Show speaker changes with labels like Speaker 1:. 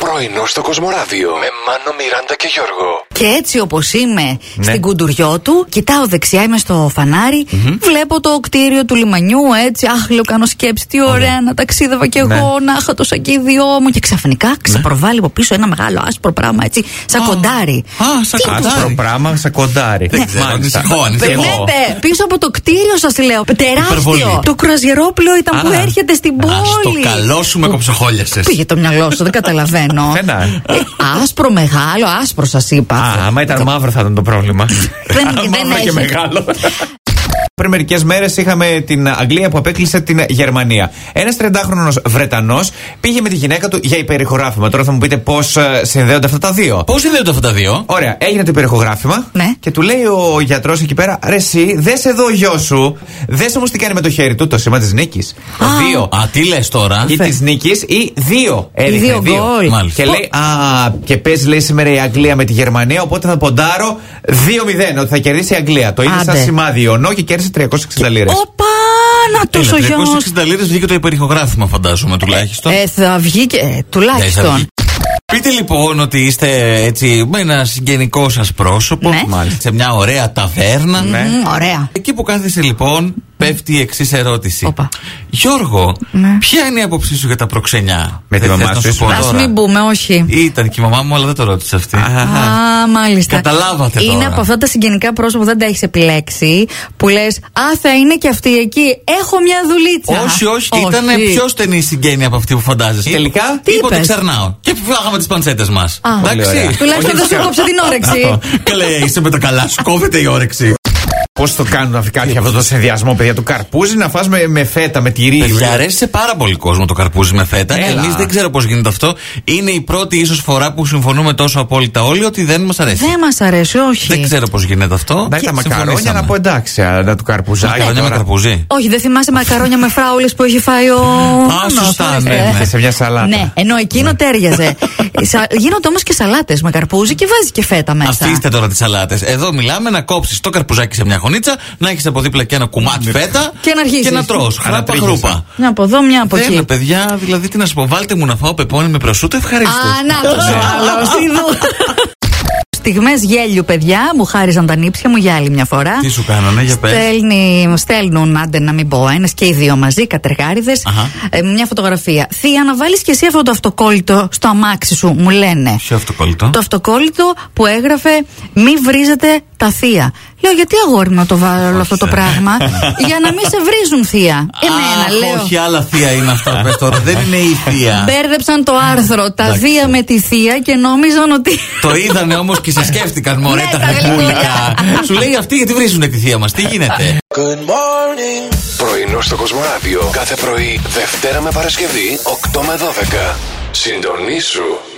Speaker 1: Πρωινό στο Κοσμοράδιο με Μάνο, Μιράντα και Γιώργο.
Speaker 2: Και έτσι όπως είμαι
Speaker 3: Ναι.
Speaker 2: στην κουντουριό του, κοιτάω δεξιά, είμαι στο φαναρι βλέπω το κτίριο του λιμανιού. Έτσι, αχ, λέω κάνω σκέψη, τι ωραία να ταξίδευα κι εγώ,
Speaker 3: Ναι.
Speaker 2: να είχα το σακίδιό μου. Και ξαφνικά ξεπροβάλλει από πίσω ένα μεγάλο άσπρο πράγμα, έτσι, σαν
Speaker 4: Α.
Speaker 2: κοντάρι.
Speaker 4: Α, σαν
Speaker 2: Τι
Speaker 4: κοντάρι.
Speaker 2: κουβα-
Speaker 3: Άσπρο πράγμα σε κοντάρι.
Speaker 4: Δεν ξέρω,
Speaker 3: Μάλιστα.
Speaker 4: ανησυχώ, ανησυχώ.
Speaker 3: Εγώ.
Speaker 2: Βλέπετε, πίσω από το κτίριο σας λέω. Τεράστιο.
Speaker 4: Υπερβολή.
Speaker 2: Το κρουαζιερόπλοιο ήταν που
Speaker 4: Α,
Speaker 2: έρχεται στην πόλη.
Speaker 4: Ας το καλό σου με κοψοχόλιασες.
Speaker 2: Πήγε το μυαλό σου, δεν καταλαβαίνω.
Speaker 3: Ένα.
Speaker 2: Ε, άσπρο, μεγάλο, άσπρο σας είπα.
Speaker 3: Α, άμα ήταν μαύρο θα ήταν το πρόβλημα.
Speaker 2: Δεν-
Speaker 3: Άμα
Speaker 2: δεν
Speaker 3: μαύρο
Speaker 2: έχει.
Speaker 3: και μεγάλο. Πριν μερικές μέρες είχαμε την Αγγλία που απέκλεισε την Γερμανία. Ένας 30χρονο Βρετανός πήγε με τη γυναίκα του για υπερηχογράφημα. Τώρα θα μου πείτε πώς συνδέονται αυτά τα δύο.
Speaker 4: Πώς συνδέονται αυτά τα δύο.
Speaker 3: Ωραία, έγινε το υπερηχογράφημα
Speaker 2: Ναι.
Speaker 3: και του λέει ο γιατρός εκεί πέρα: Ρε, εσύ, δες εδώ ο γιο σου. Δες όμως τι κάνει με το χέρι του, το σήμα της νίκης. Το
Speaker 2: Α.
Speaker 3: δύο.
Speaker 4: Α, τι λες τώρα.
Speaker 3: Ή της νίκης ή δύο. Έδειχνε
Speaker 2: δύο γκολ.
Speaker 4: Μάλιστα.
Speaker 3: Και λέει, Α, και παίζει λέει σήμερα η Αγγλία με τη Γερμανία. Οπότε θα ποντάρω 2-0 ότι θα κερδίσει η Αγγλία. Το είδε σαν
Speaker 2: Άντε.
Speaker 3: σημάδι. Ο Νό και κέρδισε 360 λίρες.
Speaker 2: Οπα, να
Speaker 4: Έλα,
Speaker 2: τόσο γιο.
Speaker 4: 360 λίρες βγήκε το υπερηχογράφημα, φαντάζομαι τουλάχιστον.
Speaker 2: Ε, θα βγει και. ε,
Speaker 4: Ναι, θα
Speaker 2: τουλάχιστον.
Speaker 4: βγει. Πείτε λοιπόν ότι είστε έτσι με ένα συγγενικό σας πρόσωπο
Speaker 2: Ναι.
Speaker 4: μάλιστα, σε μια ωραία ταβέρνα.
Speaker 2: Μμ, Ε, ωραία.
Speaker 4: Εκεί που κάθεσαι λοιπόν πέφτει η εξής ερώτηση.
Speaker 2: Όπα.
Speaker 4: Γιώργο,
Speaker 2: Ναι.
Speaker 4: ποια είναι η άποψή σου για τα προξενιά.
Speaker 3: Με τη
Speaker 4: Δεν
Speaker 3: μαμά
Speaker 4: θες να ναι.
Speaker 3: σου
Speaker 4: σου πω
Speaker 3: ήσουν.
Speaker 2: Ας
Speaker 4: τώρα.
Speaker 2: μην πούμε, όχι.
Speaker 4: Ήταν και η μαμά μου, αλλά δεν το ρώτησε αυτή.
Speaker 2: Α, μάλιστα.
Speaker 4: Καταλάβατε
Speaker 2: Είναι
Speaker 4: τώρα.
Speaker 2: από αυτά τα συγγενικά πρόσωπα που δεν τα έχεις επιλέξει. Που λες, Α, θα είναι και αυτή εκεί. Έχω μια δουλίτσα.
Speaker 4: Όχι, όχι, ήταν πιο στενή η συγγένεια από αυτή που φαντάζεσαι.
Speaker 3: Τελικά,
Speaker 2: Τι
Speaker 4: Τίποτε
Speaker 2: είπες?
Speaker 4: ξερνάω. Και φάγαμε τις παντσέτε μας.
Speaker 2: Α.
Speaker 3: Πολύ ωραία.
Speaker 2: Τουλάχιστον δεν σου κόψε την όρεξη.
Speaker 4: Καλέ, είσαι με τα καλά, σου κόβεται η όρεξη.
Speaker 3: Πώς το κάνουν αυτοί κάποιοι αυτό το συνδυασμό, παιδιά του καρπούζι, να φας με, με φέτα, με τυρί.
Speaker 4: Παιδιά, αρέσει σε πάρα πολύ κόσμο το καρπούζι με φέτα.
Speaker 3: Έλα.
Speaker 4: Εμείς δεν ξέρω πώς γίνεται αυτό. Είναι η πρώτη ίσως φορά που συμφωνούμε τόσο απόλυτα όλοι ότι δεν μας αρέσει.
Speaker 2: Δεν μας αρέσει, όχι.
Speaker 4: Δεν ξέρω πώς γίνεται αυτό.
Speaker 3: Να τα μακαρόνια
Speaker 4: Συμφωνήσαμε.
Speaker 3: να πω εντάξει, αλλά του καρπουζάκι.
Speaker 4: Μακαρόνια με
Speaker 3: τώρα.
Speaker 4: καρπούζι.
Speaker 2: Όχι, δεν θυμάσαι μακαρόνια με φράουλες που έχει φάει ο.
Speaker 4: Α, σωστά, ναι,
Speaker 2: Ε,
Speaker 4: ναι.
Speaker 3: Σε μια σαλάτα.
Speaker 2: Ναι, ενώ εκείνο τέριαζε. Σα- Γίνονται όμως και σαλάτες με καρπούζι και βάζει και φέτα μέσα.
Speaker 4: Αφήστε τώρα τις σαλάτες. Εδώ μιλάμε να κόψεις το καρπουζάκι σε μια χωνίτσα, να έχεις από δίπλα και ένα κουμάτι φέτα
Speaker 2: Ναι. Και να αρχίζεις.
Speaker 4: Και να τρώ. Χράπα
Speaker 3: Ανατρίχιασα.
Speaker 4: χρούπα.
Speaker 2: Μια από εδώ, μια από
Speaker 4: Δεν,
Speaker 2: εκεί.
Speaker 4: παιδιά, δηλαδή τι να σου πω, βάλτε μου να φάω πεπόνι με προσούτο, ευχαρίστως.
Speaker 2: Α, να το άλλο. Στιγμές γέλιου, παιδιά, μου χάριζαν τα νύψια μου για άλλη μια φορά.
Speaker 4: Τι σου κάνανε, για πες.
Speaker 2: Στέλνει, στέλνουν, άντε να μην πω, ένας και οι δύο μαζί, κατεργάριδες.
Speaker 4: Αχα.
Speaker 2: μια φωτογραφία. Θεία, να βάλεις και εσύ αυτό το αυτοκόλλητο στο αμάξι σου, μου λένε.
Speaker 4: Ποιο αυτοκόλλητο.
Speaker 2: Το αυτοκόλλητο που έγραφε Μη βρίζετε τα θεία. Λέω γιατί αγόρι μου να το βάλω αυτό το
Speaker 4: ε.
Speaker 2: πράγμα, για να μην σε βρίζουν θεία. Εμένα,
Speaker 4: Αχ,
Speaker 2: λέω.
Speaker 4: όχι, άλλα θεία είναι αυτά, πες τώρα. Δεν είναι η θεία.
Speaker 2: Μπέρδεψαν το άρθρο τα
Speaker 4: Εντάξει.
Speaker 2: θεία με τη θεία και νόμιζαν ότι.
Speaker 4: Το είδανε όμως και σε σκέφτηκαν, μωρέ,
Speaker 2: Ναι,
Speaker 4: τα
Speaker 2: τα
Speaker 4: γλυκούλικα.
Speaker 2: γλυκούλια.
Speaker 4: Σου λέει αυτή γιατί βρίζουνε τη θεία μας, τι γίνεται.
Speaker 1: Πρωινό στο Κοσμοράδιο κάθε πρωί, Δευτέρα με Παρασκευή, 8 με 12. Συντονίσου.